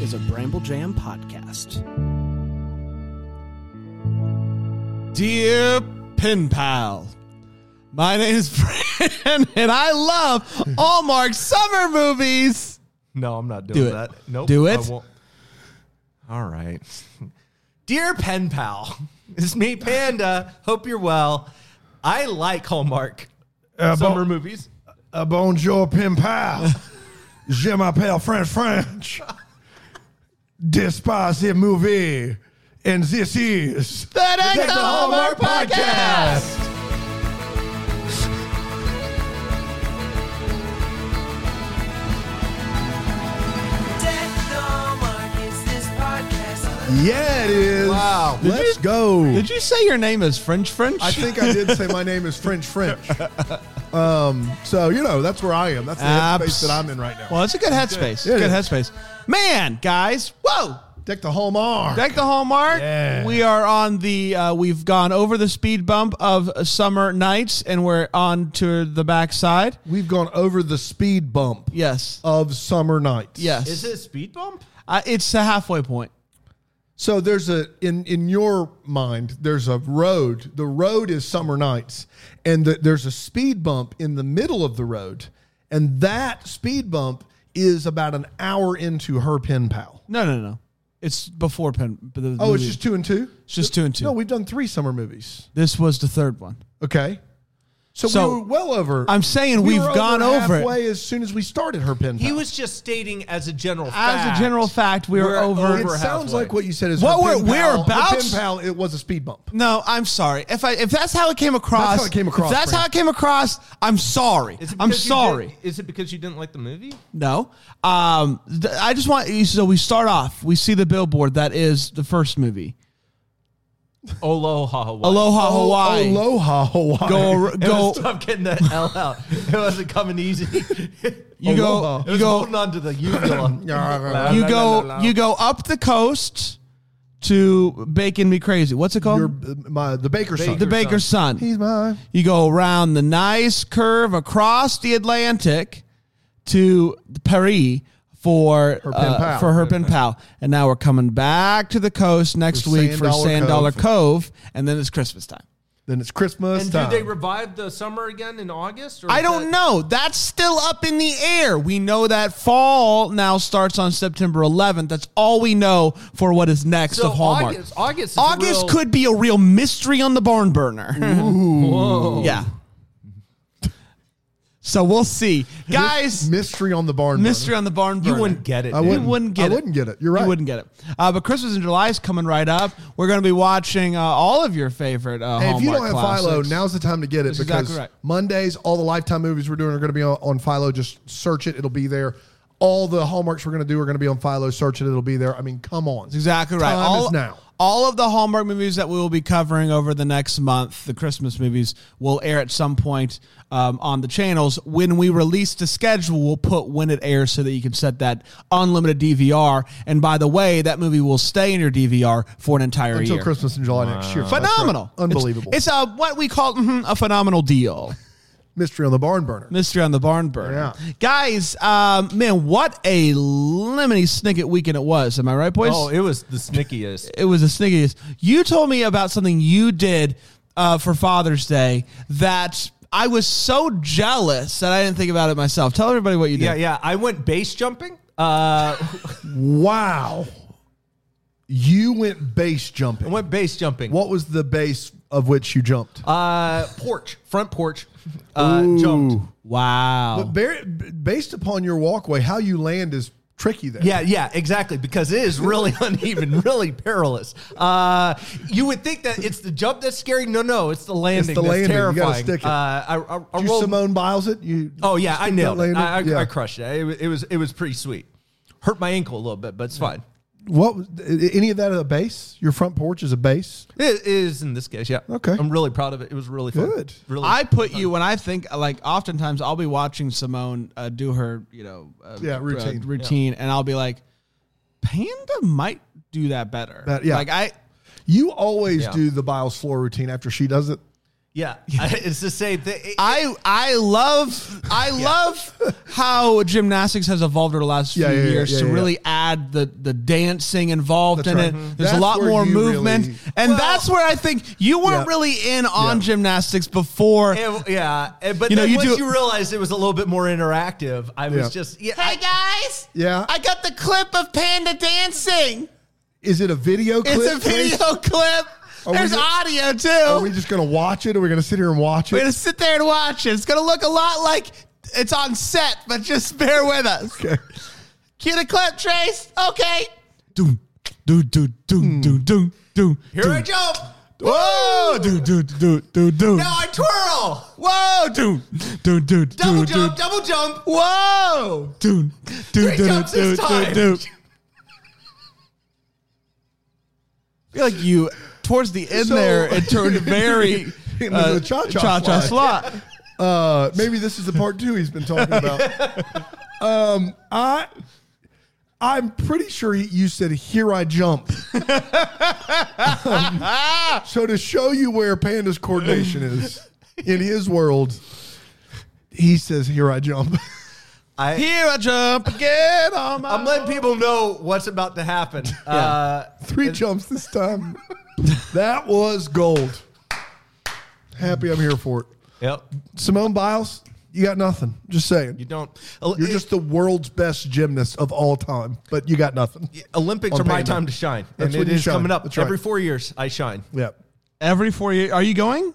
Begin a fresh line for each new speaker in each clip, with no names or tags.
is a Bramble Jam podcast.
Dear Pen Pal, my name is Brandon, and I love Allmark summer movies.
No, I'm not
Do
doing
it.
that. Nope.
Do
I
it.
won't. All right. Dear pen pal, it's me, Panda. Hope you're well. I like Hallmark
Uh,
summer
bon-
movies.
uh, bonjour, pim pal. Je m'appelle French French. Despise the movie. And this is.
The Next
Check the Hallmark podcast.
Technomark is this podcast.
Yeah, it is.
Wow.
Did
Let's
you-
go.
Did you say your name is French French?
I think I did say my name is French French. Um, so you know that's where I am. That's the
Abs-
headspace that I'm in right now.
Well, it's a good headspace.
It
good
is.
headspace. Man, guys, whoa!
Deck the Hallmark.
Back to Hallmark.
Yeah.
We are on the. Uh, we've gone over the speed bump of uh, summer nights, and we're on to the backside.
We've gone over the speed bump
Yes.
of summer nights.
yes.
Is it a speed bump?
Uh, it's the halfway point.
So there's a in in your mind there's a road. The road is summer nights, and the, there's a speed bump in the middle of the road, and that speed bump is about an hour into her pen pal.
No, no, no. It's before pen. but the
Oh, it's
movie-
just two and two.
Mm. it's just two and two.
No, we've done three summer movies.
this was the third one.
Okay. So,
So,
we were well over.
I'm saying
we
we've
were
gone over it.
halfway as soon as we started her pen.
He
pal.
was just stating as a general
As
fact.
a general fact, we are
We're
over.
over
It
halfway.
sounds like what you said is
What
her
we're-
pen pal-
we're
her
about-
pen pal. It was a speed bump.
No, I'm sorry. If I if that's how it came across,
That's how it came
if
across,
that's how
Brandon.
it came across. I'm sorry.
Is it
I'm
because you
sorry.
didn't- Is it because you didn't like the movie?
No. Um, th- I just want so we start off. We see the billboard that is the first movie.
Aloha Hawaii.
Aloha Hawaii.
Oh, Aloha Hawaii.
Go ar-
It was
go.
tough getting that L out. It wasn't coming easy.
You
Aloha.
go.
It
You
was holding
go.
on to the uvula.
You go. You go up the coast to Bacon Me Crazy. What's it
You're
called?
uh, my the baker's son.
The Baker's Son.
He's mine.
You go around the nice curve across the Atlantic to Paris for
Her pen
uh,
pal.
for her pen pal, and now we're coming back to the coast next
For
week
Sand
for
Dollar
Sand
Cove.
Dollar Cove, and then it's Christmas time.
Then it's Christmas
And do
time.
they revive the summer again in August? Or
I
is
don't
that-
know. That's still up in the air. We know that fall now starts on September 11th. That's all we know for what is next
So
of Hallmark.
August, August, is a
August
real-
could be a real mystery on the barn burner.
Whoa.
yeah. So we'll see, guys.
mystery on the barn.
Mystery on the barn burner.
You wouldn't get it.
I
dude.
wouldn't.
You wouldn't get
I
it.
wouldn't get it. You're right.
You wouldn't get it. Uh, but Christmas in July is coming right up. We're going to be watching uh, all of your favorite uh,
Hey, if you don't
Hallmark
have Philo,
classics.
now's the time to get it
That's
because
exactly right.
Mondays, all the Lifetime movies we're doing are going to be on, on Philo. Just search it; it'll be there. All the hallmarks we're going to do are going to be on Philo. Search it; it'll be there. I mean, come on,
That's exactly right.
Time
all,
is now.
All of the Hallmark movies that we will be covering over the next month, the Christmas movies, will air at some point um, on the channels. When we release the schedule, we'll put when it airs so that you can set that unlimited DVR. And by the way, that movie will stay in your DVR for an entire
until
year.
Christmas in July next year. That's
Phenomenal.
right. unbelievable.
It's, it's a, what we call mhm, a phenomenal deal.
mystery on the barn burner.
Mystery on the Barn Burner.
Yeah.
Guys, um, man, what a lemony snicket weekend it was. Am I right, boys?
Oh, it was the snickiest.
it was the sneakiest. You told me about something you did uh, for Father's Day that I was so jealous that I didn't think about it myself. Tell everybody what you did.
yeah, yeah. I went base jumping. Uh,
Wow. You went base
I
jumping.
went base jumping.
What was the base of which you jumped?
Uh, porch, front porch. Uh, jumped.
Wow.
But bar- b- based upon your walkway, how you land is tricky there.
Yeah, yeah, exactly. Because it is really uneven, really perilous. Uh, you would think that it's the jump that's scary. No, no, it's the landing.
the
that's
landing. You gotta
terrifying.
stick it.
Uh, I, I, I
Did you
rolled-
Simone Biles it? You
Oh yeah, I nailed it.
landing?
I, I,
Yeah.
I crushed it. It, wa- it was it was pretty sweet. Hurt my ankle a little bit, but it's fine.
What was- i- any of that a base? Your front porch is a base?
It is in this case, yeah.
Okay.
I'm really proud of it. It was really fun.
Good.
Really.
I put you when I think like oftentimes I'll be watching Simone uh, do her you know uh,
Yeah,
uh,
routine.
routine and I'll be like Panda might do that better
That- yeah.
like I
You always
Yeah.
do the Biles floor routine after she does it.
Yeah, it's the same thing. It-
I I love I love how gymnastics has evolved over the last
Yeah,
few
yeah, yeah,
years
yeah,
to
yeah.
really add the the dancing involved
That's
in
right.
it.
Mhm.
There's a
That's
lot
where
more
you
movement,
really-
and that's where I think you weren't
Yeah.
really in on
Yeah.
gymnastics before.
it- yeah, and- but
You know,
then
you
once
do-
you realized it was a little bit more interactive, I was
Yeah.
just yeah. I-
Hey guys!
Yeah.
I got the clip of Panda dancing.
Is it a video clip?
it's a
Trace?
video clip.
Are we
There's
gonna-
audio too.
Are we just gonna watch it? Are we gonna sit here and watch
We're
it?
gonna sit there and watch it. It's gonna look a lot like it's on set, but just bear with us.
Okay.
Cue the clip, Trace. Okay. Hmm. Doom, do do doom, doom, doom, doom.
Here I jump.
Whoa! Do do do do do.
Now I twirl.
Whoa! Do do do do
Double
do.
jump. Double jump.
Whoa! Do do do
Three jumps
do
this
do
time.
do. I feel like you towards the end
So-
there it turned very uh,
Into the cha-cha
cha-cha slot.
Uh, maybe this is the part two he's been talking about. um, I, I'm pretty sure he- you said "Here I jump." Um, so to show you where Panda's coordination is in his world, he says "Here I jump."
I,
Here I jump again on my.
I'm letting people know what's about to happen. Uh,
Three jumps this time. that was gold. Happy I'm here for it.
yep.
Simone Biles, you got nothing. Just saying.
You don't.
You're just the world's best gymnast of all time, but you got nothing.
eh, Olympics
on
are my
Panda.
time to shine,
That's
and
when
it
you
is
shine.
coming up
That's right.
every four years. I shine.
Yeah.
Every four years, are you going?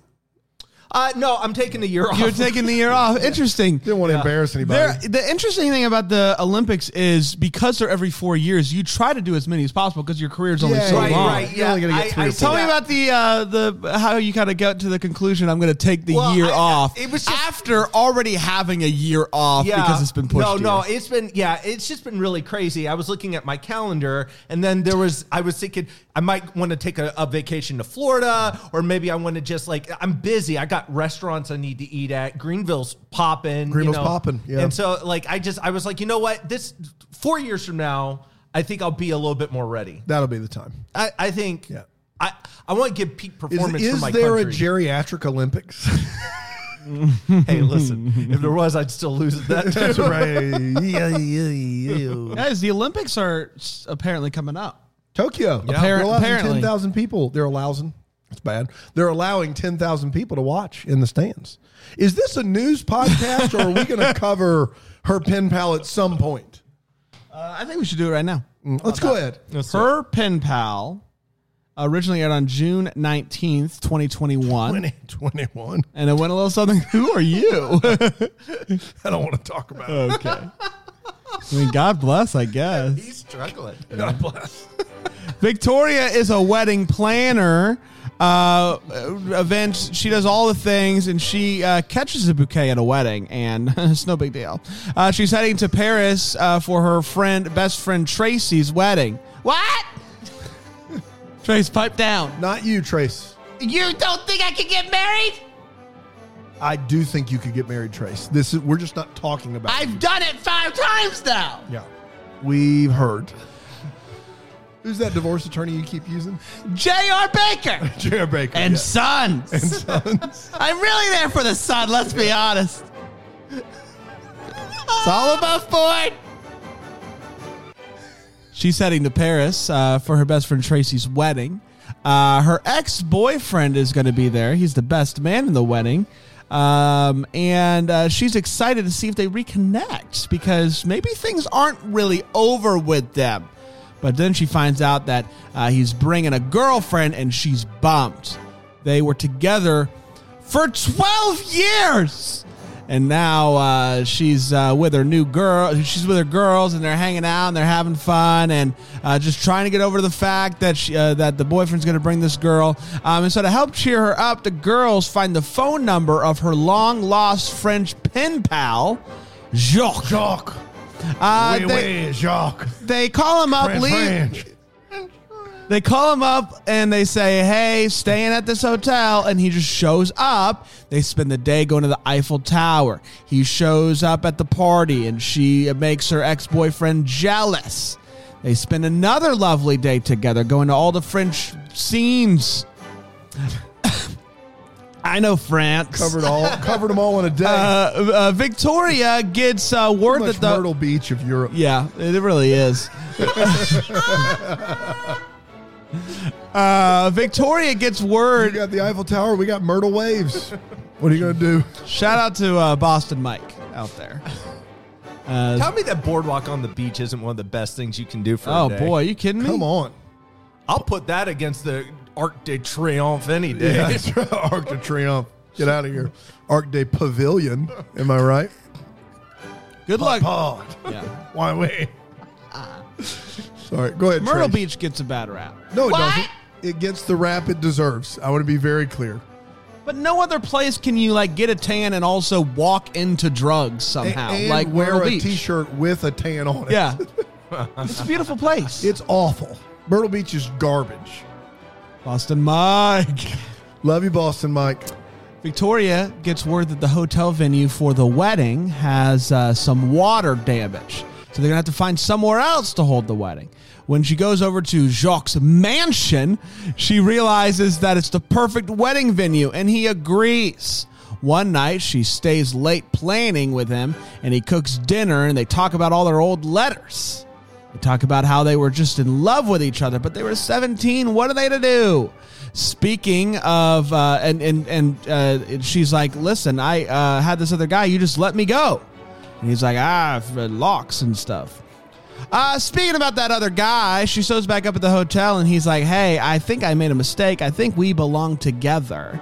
Uh, no, I'm taking a year off.
You're taking the year off. Interesting.
Didn't want to embarrass anybody.
There, the interesting thing about the Olympics is because they're every four years, you try to do as many as possible because your career's only
Yeah,
so
right,
long.
right.
You're
Yeah,
only gonna get
I-
three
I
or
see
Tell me
that.
about the uh, the how you kind of got to the conclusion. I'm going to take the
Well,
year
I-
off.
it was just-
after already having a year off because it's been pushed.
No, no,
years.
it's been yeah, it's just been really crazy. I was looking at my calendar, and then there was I was thinking I might want to take a, a vacation to Florida, or maybe I want to just like I'm busy. I got restaurants I need to eat at. Greenville's popping.
Greenville's
you know?
popping, yeah.
And so like I just I was like you know what this four years from now I think I'll be a little bit more ready.
That'll be the time.
I, I think
Yeah.
I I want to give peak
Is,
performance for
is
my
there
country.
a geriatric Olympics?
hey, listen, if there was, I'd still lose at that. Too.
That's right. Yeah, yeah, yeah.
guys, the Olympics are s- apparently coming up.
Tokyo.
Appar-
they're allowing
apparently.
ten thousand people. They're allowing. It's bad. They're allowing ten thousand people to watch in the stands. Is this a news podcast, or are we going to cover her pen pal at some point?
Uh, I think we should do it right now.
Mm,
Let's go ahead.
Her pen pal originally aired on June 19th, 2021.
Twenty twenty one.
And it went a little something. Who are you?
I don't want to talk about it.
okay. I mean, God bless, I guess.
He's struggling.
God bless.
Victoria is a wedding planner. Uh, events. She does all the things, and she uh, catches a bouquet at a wedding, and it's no big deal. Uh, she's heading to Paris uh, for her friend, best friend Tracy's wedding.
What?
Trace, pipe down.
Not you, Trace.
You don't think I could get married?
I do think you could get married, Trace. This is we're just not talking about. it.
I've done it five times now.
yeah, we've heard. Who's that divorce attorney you keep using?
J.R. Baker
Jared Baker.
and
yeah.
sons. I'm really there for the son, let's be honest. It's all above board.
She's heading to Paris uh, for her best friend Tracy's wedding. Uh, her ex boyfriend is going to be there. He's the best man in the wedding. Um, and uh, she's excited to see if they reconnect because maybe things aren't really over with them. But then she finds out that uh, he's bringing a girlfriend and she's bumped. They were together for 12 years. And now uh, she's uh, with her new girl. She's with her girls, and they're hanging out and they're having fun, and uh, just trying to get over the fact that she, uh, that the boyfriend's going to bring this girl. Um, and so to help cheer her up, the girls find the phone number of her long lost French pen pal, Jacques.
Jacques.
Uh,
Oui,
they,
oui, Jacques.
they call him up,
Fran-
leave,
French.
they call him up and they say, "Hey, staying at this hotel," and he just shows up. They spend the day going to the Eiffel Tower. He shows up at the party, and she makes her ex-boyfriend jealous. They spend another lovely day together, going to all the French scenes. I know France.
Covered all, covered them all in a day.
Uh, uh, Victoria gets uh, word
Pretty much
that the
Myrtle Beach of Europe.
yeah, it really is. uh, Victoria gets
We
word.
got the Eiffel Tower. We got Myrtle Waves. What are you gonna do?
Shout out to uh, Boston Mike out there. Uh,
Tell me that boardwalk on the beach isn't one of the best things you can do for
oh
a day.
boy, you kidding me?
Come on.
I'll put that against the Arc de Triomphe any day.
Yeah, that's right. Arc de Triomphe. Get out of here. Arc de Pavilion. Am I right?
Good luck.
Pod.
Yeah.
Why we? Sorry. Go ahead.
Myrtle
Trace.
Beach gets a bad rap,
No, it doesn't. It gets the rap it deserves. I want to be very clear.
but no other place can you like get a tan and also walk into drugs somehow.
and
like
wear
Myrtle
a
Beach.
shirt with a tan on it.
Yeah, it's a beautiful place.
It's awful. Myrtle Beach is garbage.
Boston Mike.
Love you, Boston, Mike.
Victoria gets word that the hotel venue for the wedding has uh, some water damage. So they're going to have to find somewhere else to hold the wedding. When she goes over to Jacques' mansion, she realizes that it's the perfect wedding venue and he agrees. One night, she stays late planning with him and he cooks dinner and they talk about all their old letters. They talk about how they were just in love with each other, but they were 17. What are they to do? Speaking of, uh, and and and uh, she's like, "Listen, I uh, had this other guy. You just let me go." And he's like, "Ah, f- locks and stuff." Uh, speaking about that other guy, she shows back up at the hotel and he's like, Hey, I think I made a mistake. I think we belong together.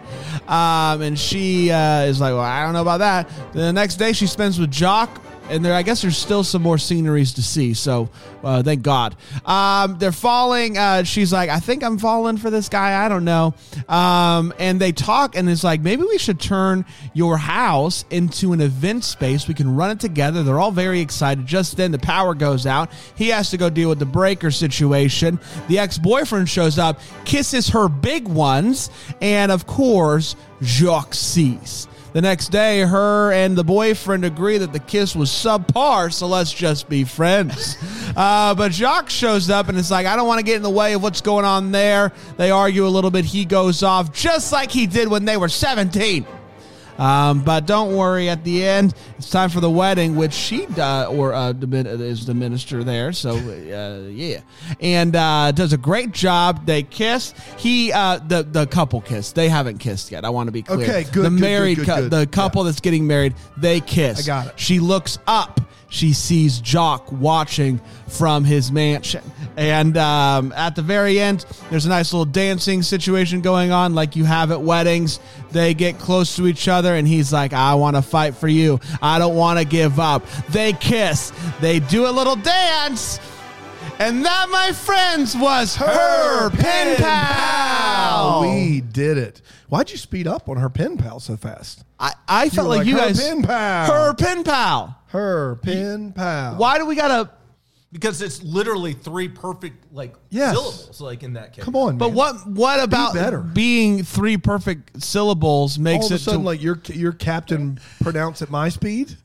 Um, and she uh, is like, Well, I don't know about that. The next day she spends with Jock. And there, I guess there's still some more sceneries to see. So, uh, thank God. Um, they're falling. Uh, she's like, I think I'm falling for this guy. I don't know. Um, and they talk, and it's like, maybe we should turn your house into an event space. We can run it together. They're all very excited. Just then, the power goes out. He has to go deal with the breaker situation. The ex boyfriend shows up, kisses her big ones, and of course, Jacques sees. The next day, her and the boyfriend agree that the kiss was subpar, so let's just be friends. Uh, but Jacques shows up and it's like, I don't want to get in the way of what's going on there. They argue a little bit. He goes off just like he did when they were 17. Um, but don't worry, at the end, it's time for the wedding, which she uh, or uh, the min- is the minister there. So uh, yeah, and uh, does a great job. They kiss. He uh, the the couple kiss. They haven't kissed yet. I want to be clear.
Okay, good,
The
good,
married
good, good,
cou-
good.
the couple that's getting married, they kiss.
I got it.
She looks up. She sees Jock watching from his mansion. And um, at the very end, there's a nice little dancing situation going on, like you have at weddings. They get close to each other, and he's like, I want to fight for you. I don't want to give up. They kiss, they do a little dance. And that, my friends, was her, pen, pal.
We did it. Why'd you speed up on her pen pal so fast?
I, I felt
were
like,
like,
you
her
guys.
pen pal.
Her pen pal.
Her pen pal.
Why do we gotta?
Because it's literally three perfect like
Yes.
syllables, like in that case.
Come on,
But
man.
what what about
better.
being three perfect syllables
All
makes
of a
it
sudden,
to,
like your your captain pronounce at my speed.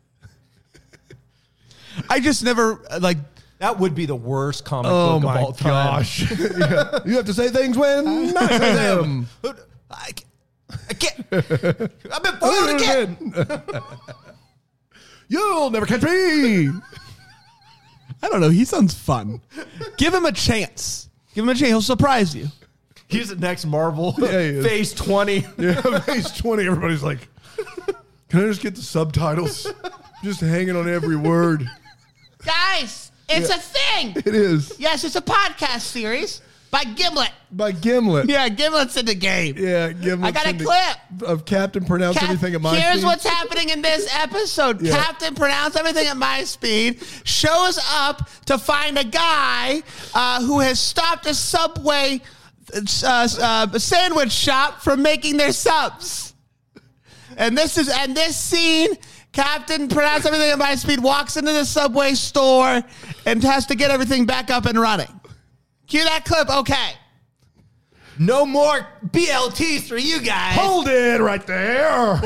I just never uh, like
That would be the worst comic
Oh
Oh
book of all
Yeah. You have to say things when not to them.
time. Who- I, ca- I can't. I've been fooled again.
You'll never catch me.
I don't know. He sounds fun. Give him a chance. Give him a chance. He'll surprise you.
He's the next Marvel
he is.
phase twenty.
Yeah, phase 20, everybody's like, can I just get the subtitles? Just hanging on every word.
Guys, it's a thing.
It is.
Yes, it's a podcast series by Gimlet.
By Gimlet.
Yeah, Gimlet's in the game.
Yeah, Gimlet.
I got a
sent me-
clip.
Of Captain Pronounce
Cap-
Everything at My
here's
Speed.
what's happening in this episode.
Yeah.
Captain Pronounce Everything at My Speed shows up to find a guy uh, who has stopped a subway uh, uh, sandwich shop from making their subs. And this is and this scene, Captain Pronounce Everything at My Speed walks into the subway store and has to get everything back up and running. Cue that clip, okay.
No more BLTs for you guys.
Hold it right there.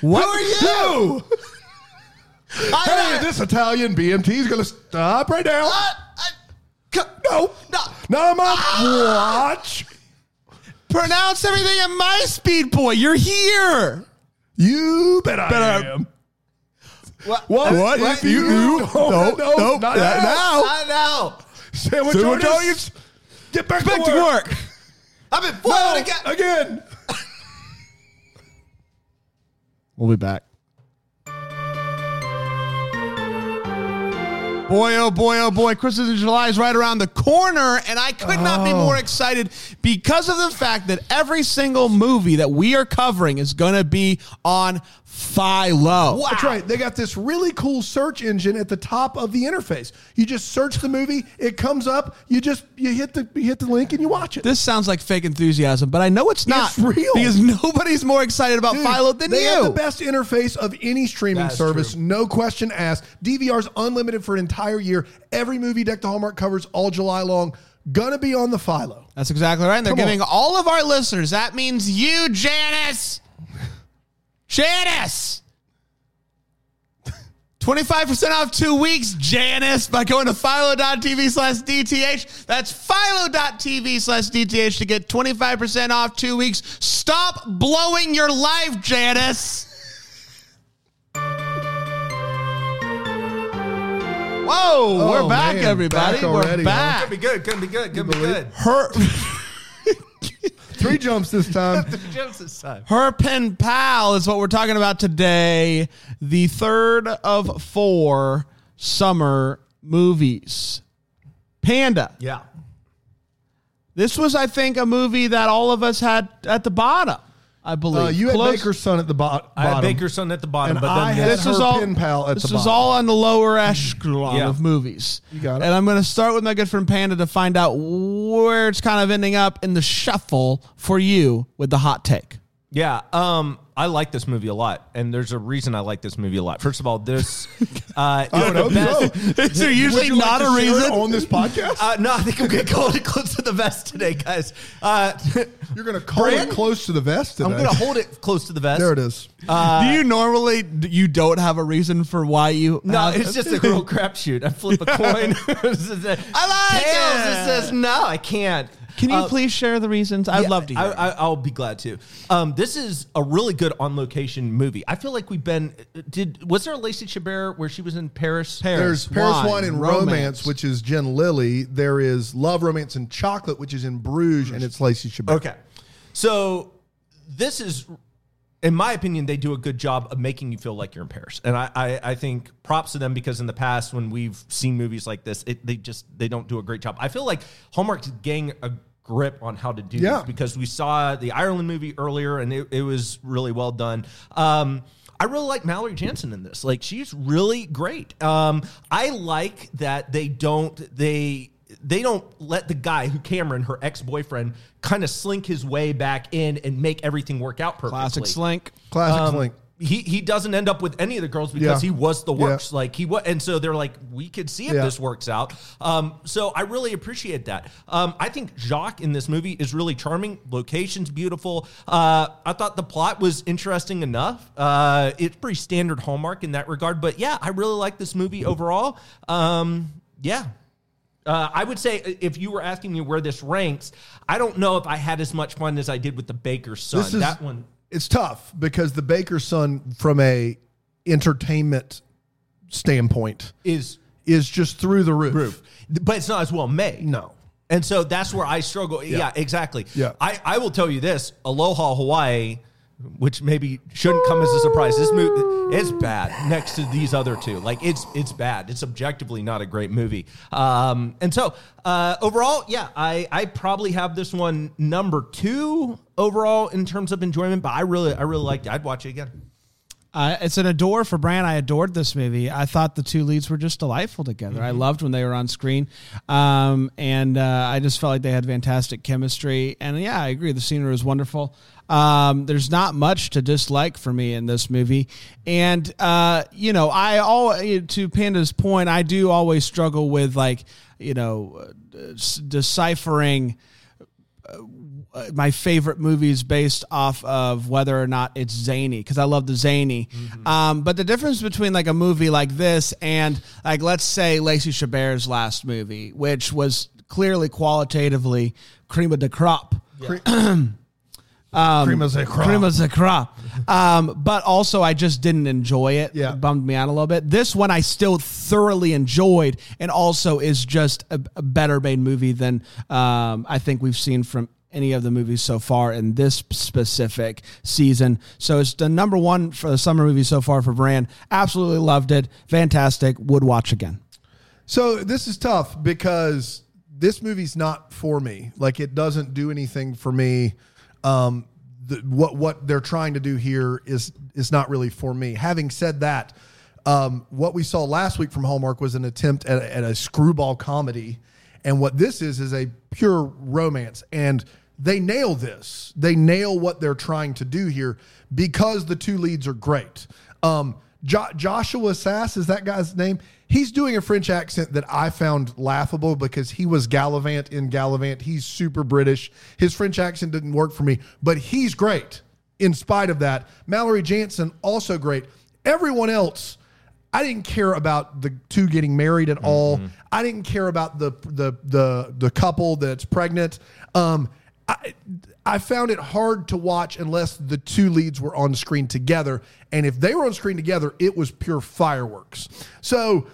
What are you?
Two. Hey,
Alright.
this Italian BMT is going to stop right now.
Uh, uh,
no.
no.
Not on my watch.
Pronounce everything in my speed, boy. You're here.
You bet I am.
What?
What?
What
What?
if you- you- nope, nope,
not
not
now.
now.
I know.
Sandwich artists,
Sandwich artists,
get back,
Back to work.
I've been foiled
Oh,
No,
again.
again.
We'll be back. Boy, oh boy, oh boy. Christmas in July is right around the corner, and I could not be more excited because of the fact that every single movie that we are covering is going to be on Philo.
That's right. They got this really cool search engine at the top of the interface. You just search the movie, it comes up. You just you hit the you hit the link and you watch it.
This sounds like fake enthusiasm, but I know it's not.
It's real.
Because nobody's more excited about Philo than
they
you.
have the best interface of any streaming
That's
service,
true.
no question asked. DVR's unlimited for an entire year. Every movie Deck the Hallmark covers all July long. Gonna be on the Philo.
That's exactly right. And they're
Come on.
giving all of our listeners, that means you, Janice. Janice. 25% off two weeks, Janice, by going to philo.tv slash DTH. That's philo.tv slash DTH to get 25% off two weeks. Stop blowing your life, Janice. Whoa, we're
Oh,
back,
man.
everybody.
Back
we're
already, huh?
back.
Gonna be good. Gonna be good. Gonna be good.
Her.
Three jumps this time.
Jim's this time.
Her pen pal is what we're talking about today. The third of four summer movies. Panda.
Yeah.
This was, I think, a movie that all of us had at the bottom. I believe.
Uh, you had
Close-
Baker's son at the bo- bottom.
I had Baker's son at the bottom,
And
but then
I had-
this-
this
her
is all
pen pal at
this
the
is
bottom.
all on the lower echelon
Yeah.
of movies. You
got it.
And I'm going to start with my good friend Panda to find out where it's kind of ending up in the shuffle for you with the hot take.
yeah. Um, I like this movie a lot, and there's a reason I like this movie a lot. First of all, this uh, is the best.
Is there usually not a reason?
on this podcast.
Uh, no, I think I'm gonna call it close to the vest today, guys. Uh,
You're gonna call
Brand?
it close to the vest today.
I'm gonna hold it close to the vest.
There it is.
Do you normally d- you don't have a reason for why you?
No,
have-
it's just a real crapshoot. I flip a coin. This is a-
like
Tails,
it.
says no. I can't.
Can you
Uh,
please share the reasons? I'd
yeah,
love to hear.
I, I, I'll be glad to. Um, this is a really good on location movie. I feel like we've been. Did was there a Lacey Chabert where she was in Paris?
There's Paris
wine,
Wine and
romance.
romance. which is Jen Lilly. There is Love, Romance, and Chocolate, which is in Bruges, and it's Lacey Chabert.
Okay. So this is, in my opinion, they do a good job of making you feel like you're in Paris, and I, I, I think props to them because in the past when we've seen movies like this, it, they just they don't do a great job. I feel like Hallmark's getting a grip on how to do
Yeah.
this because we saw the Ireland movie earlier, and it, it was really well done. Um, I really like Mallory Jansen in this. Like she's really great. Um, I like that they don't they they don't let the guy who Cameron, her ex boyfriend, kind of slink his way back in and make everything work out perfectly.
Classic slink.
Classic
Um,
link.
He he doesn't end up with any of the girls because
Yeah.
he was the
Yeah.
works. Like he was, and so they're like, we could see if
Yeah.
this works out. Um, so I really appreciate that. Um, I think Jacques in this movie is really charming. Location's beautiful. Uh, I thought the plot was interesting enough. Uh, it's pretty standard Hallmark in that regard, but yeah, I really like this movie overall. Um, yeah. Uh, I would say if you were asking me where this ranks, I don't know if I had as much fun as I did with the Baker's son.
This is
that one,
It's tough because the Baker's son, from a entertainment standpoint,
is
is just through the roof.
but it's not as well made.
No.
And so that's where I struggle. Yeah, exactly.
Yeah.
I, I will tell you this Aloha Hawaii, which maybe shouldn't come as a surprise. This movie is bad next to these other two. Like it's it's bad. It's objectively not a great movie. Um, and so uh, overall, yeah, I, I probably have this one number two overall in terms of enjoyment, but I really I really liked it. I'd watch it again.
Uh, it's an adore for Bran. I adored this movie. I thought the two leads were just delightful together. I loved when they were on screen, um, and uh, I just felt like they had fantastic chemistry. And yeah, I agree. The scenery was wonderful. Um, there's not much to dislike for me in this movie, and uh, you know, I always to Panda's point, I do always struggle with like you know uh, s- deciphering my favorite movies based off of whether or not it's zany because I love the zany. Um, but the difference between like a movie like this and like let's say Lacey Chabert's last movie, which was clearly qualitatively cream of the crop.
Um,
Cream is a crop.
Crema de crop. Um, but also, I just didn't enjoy it.
Yeah.
It bummed me out a little bit. This one I still thoroughly enjoyed, and also is just a, a better made movie than um, I think we've seen from any of the movies so far in this specific season. So it's the number one for the summer movie so far for Brand. Absolutely loved it. Fantastic. Would watch again.
So this is tough because this movie's not for me. Like it doesn't do anything for me. Um, the, what what they're trying to do here is is not really for me. Having said that, um, what we saw last week from Hallmark was an attempt at, at a screwball comedy, and what this is is a pure romance. And they nail this. They nail what they're trying to do here because the two leads are great. Um, Jo- Joshua Sass is that guy's name. He's doing a French accent that I found laughable because he was Gallivant in Gallivant. He's super British. His French accent didn't work for me, but he's great in spite of that. Mallory Jansen, also great. Everyone else, I didn't care about the two getting married at all. I didn't care about the the the the couple that's pregnant. Um, I I found it hard to watch unless the two leads were on screen together, and if they were on screen together, it was pure fireworks. So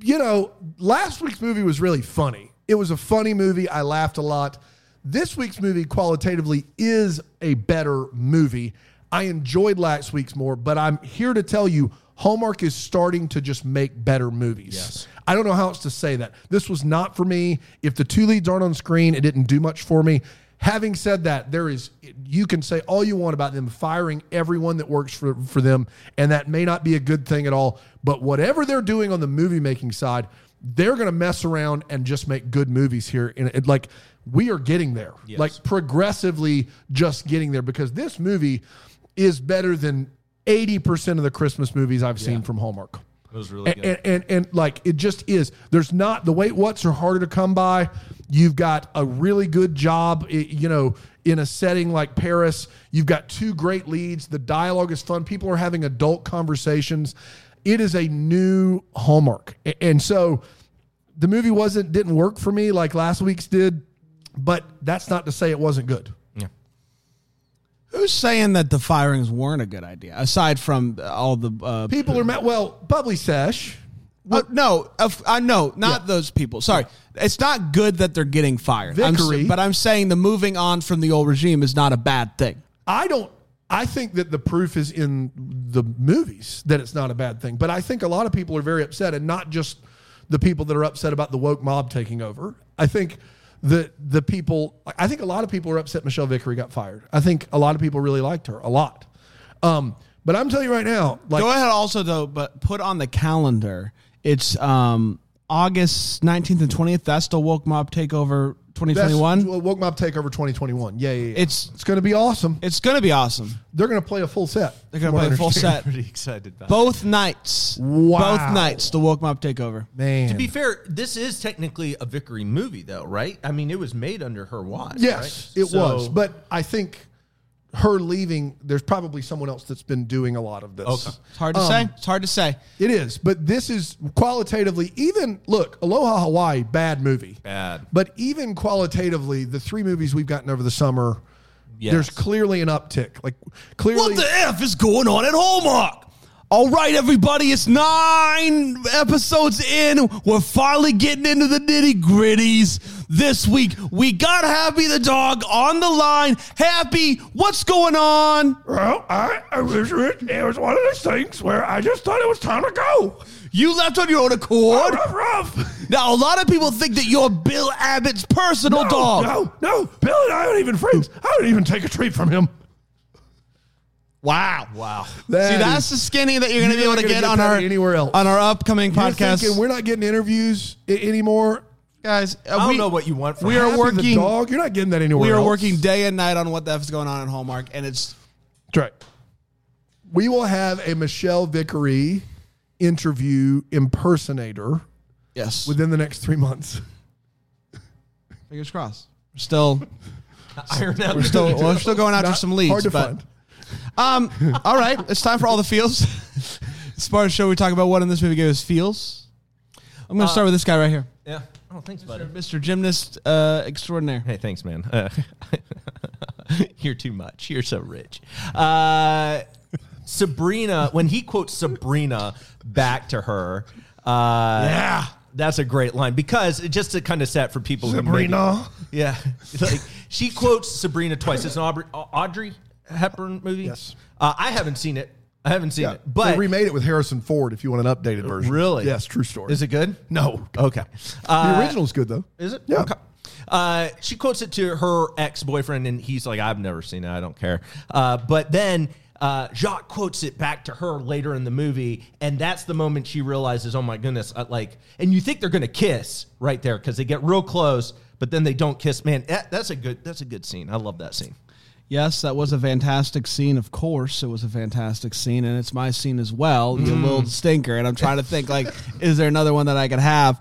you know, last week's movie was really funny. It was a funny movie. I laughed a lot. This week's movie qualitatively is a better movie. I enjoyed last week's more, but I'm here to tell you Hallmark is starting to just make better movies. I don't know how else to say that. This was not for me. If the two leads aren't on screen, it didn't do much for me. Having said that, there is you can say all you want about them firing everyone that works for, for them, and that may not be a good thing at all. But whatever they're doing on the movie making side, they're going to mess around and just make good movies here. And it, like we are getting there, like progressively just getting there because this movie is better than eighty percent of the Christmas movies I've seen from Hallmark.
It was really
And, and, and and like it just is. There's not the wait what's are harder to come by. You've got a really good job, i- you know, in a setting like Paris. You've got two great leads. The dialogue is fun. People are having adult conversations. It is a new hallmark, A- and so the movie wasn't didn't work for me like last week's did, but that's not to say it wasn't good.
Who's saying that the firings weren't a good idea? Aside from all the uh,
People are met. Well, Bubbly Sesh.
Uh, no, of- uh, no, not those people. Sorry, it's not good that they're getting fired. I'm s-
Vickery.
but I'm saying the moving on from the old regime is not a bad thing.
I don't. I think that the proof is in the movies that it's not a bad thing. But I think a lot of people are very upset, and not just the people that are upset about the woke mob taking over. I think that the people. I think a lot of people are upset Michelle Vickery got fired. I think a lot of people really liked her a lot. Um, but I'm telling you right now, like
Go ahead, also though, but put on the calendar. It's um, August 19th and 20th. That's the woke mob takeover
that's
2021.
woke mob takeover 2021. Yeah, yeah, yeah.
It's-
it's going to be awesome.
It's gonna be awesome.
They're going to play a full set.
They're gonna play a full set
pretty excited about.
both nights.
Wow.
Both nights, the woke mob takeover.
Man,
To be fair, this is technically a Vickery movie, though, right? I mean, it was made under her watch.
Yes,
right?
it
So-
was. But I think her leaving, there's probably someone else that's been doing a lot of this. Um,
Okay.
It's hard to say. It's hard to say.
It is. But this is qualitatively, even look, Aloha Hawaii, bad movie.
Bad.
But even qualitatively, the three movies we've gotten over the summer,
Yes.
there's clearly an uptick. Like, clearly.
What the F is going on at Hallmark? All right, everybody, it's nine episodes in. We're finally getting into the nitty gritties this week. We got Happy the dog on the line. Happy, what's going on?
Well, I, I was, it was one of those things where I just thought it was time to go.
You left on your own accord.
Ruff, ruff.
Now, a lot of people think that you're Bill Abbott's personal dog.
No, no, Bill and I aren't even friends. I don't even take a treat from him.
Wow.
Wow.
See,
That is-
that's the skinny that you're going to be
You're not
able to
gonna
get,
get
on
that
our
anywhere else.
on our upcoming
You're
podcast.
thinking we're not getting interviews I- anymore.
Guys, uh,
I don't know what you want from
we are
Happy the
working
dog. You're not getting that anywhere
we are
else.
working day and night on what the F is going on in Hallmark, and it's
That's right. We will have a Michelle Vickery interview impersonator
yes.
within the next three months.
fingers crossed. We're still,
Iron out.
we're still, well, we're still going after
Not-
some leads.
hard to
but,
find.
Um, all right, it's time for all the feels. As far as show, we talk about what in this movie gave us feels. I'm
Uh,
going to start with this guy right here,
Yeah. Oh, thanks, buddy.
Mr. Gymnast uh, Extraordinaire.
Hey, thanks, man. Uh, You're too much. You're so rich. Uh, Sabrina, when he quotes Sabrina back to her, uh, yeah,
Ah,
that's a great line because just to kind of set for people who maybe-
Sabrina.
yeah, like she quotes Sabrina twice. It's an Aubrey, Audrey Hepburn movie.
Yes.
uh, I haven't seen it. I haven't seen it, but
they remade it with Harrison Ford. If you want an updated version,
really,
Yes, true story.
Is it good?
No,
Okay.
the
Uh,
original's good though.
is it?
Yeah.
Okay. Uh, she quotes it to her ex boyfriend, and he's like, I've never seen it. I don't care. Uh, but then uh, Jacques quotes it back to her later in the movie, and that's the moment she realizes, oh my goodness, uh, like, and you think they're going to kiss right there because they get real close. But then they don't kiss. Man, that, that's a good. That's a good scene. I love that scene.
Yes, that was a fantastic scene. Of course, it was a fantastic scene, and it's my scene as well.
Mm.
You little stinker. And I'm trying to think, like, is there another one that I could have?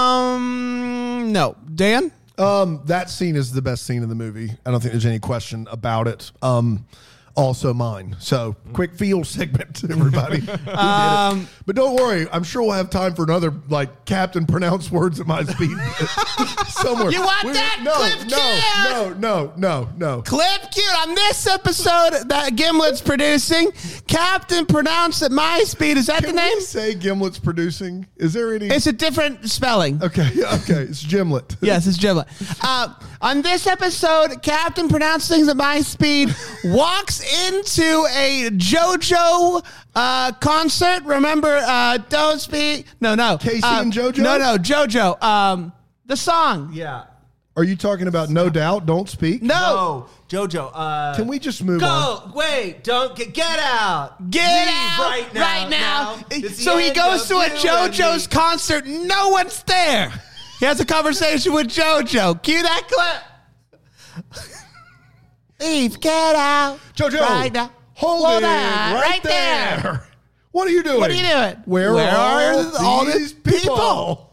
Um, no, Dan.
Um, that scene is the best scene in the movie. I don't think there's any question about it. Um, also mine. So quick field segment, everybody. Who did it?
Um,
but don't worry, I'm sure we'll have time for another like Captain pronounce words at my speed somewhere.
You want that?
No,
Clip
no, no, no, no, no.
Clip cute on this episode that Gimlet's producing. Captain pronounced at my speed. Is that
Can
the
we
name?
say Gimlet's producing? Is there any?
It's a different spelling.
okay, okay, it's Gimlet.
Yes, it's Gimlet. Uh, on this episode, Captain pronounced things at my speed. Walks into a JoJo uh, concert. Remember, uh, don't speak. No, no.
Casey
Uh,
and JoJo?
No, no. JoJo. Um, the song.
Yeah.
Are you talking about No Doubt? Don't speak.
No.
Oh, Jojo. Uh,
Can we just move on?
go? Wait. Don't get get out.
Get
Leave
out
right now. now. It's the
So he
end
goes
of
to a
you and
JoJo's
me.
concert. No one's there. He has a conversation with JoJo. Cue that clip. Leave. Get out.
Jojo,
Right now.
hold,
Hold
it
on,
right,
right
there.
there.
What are you doing?
What are you doing?
Where,
Where
are,
are all the
these people?
people?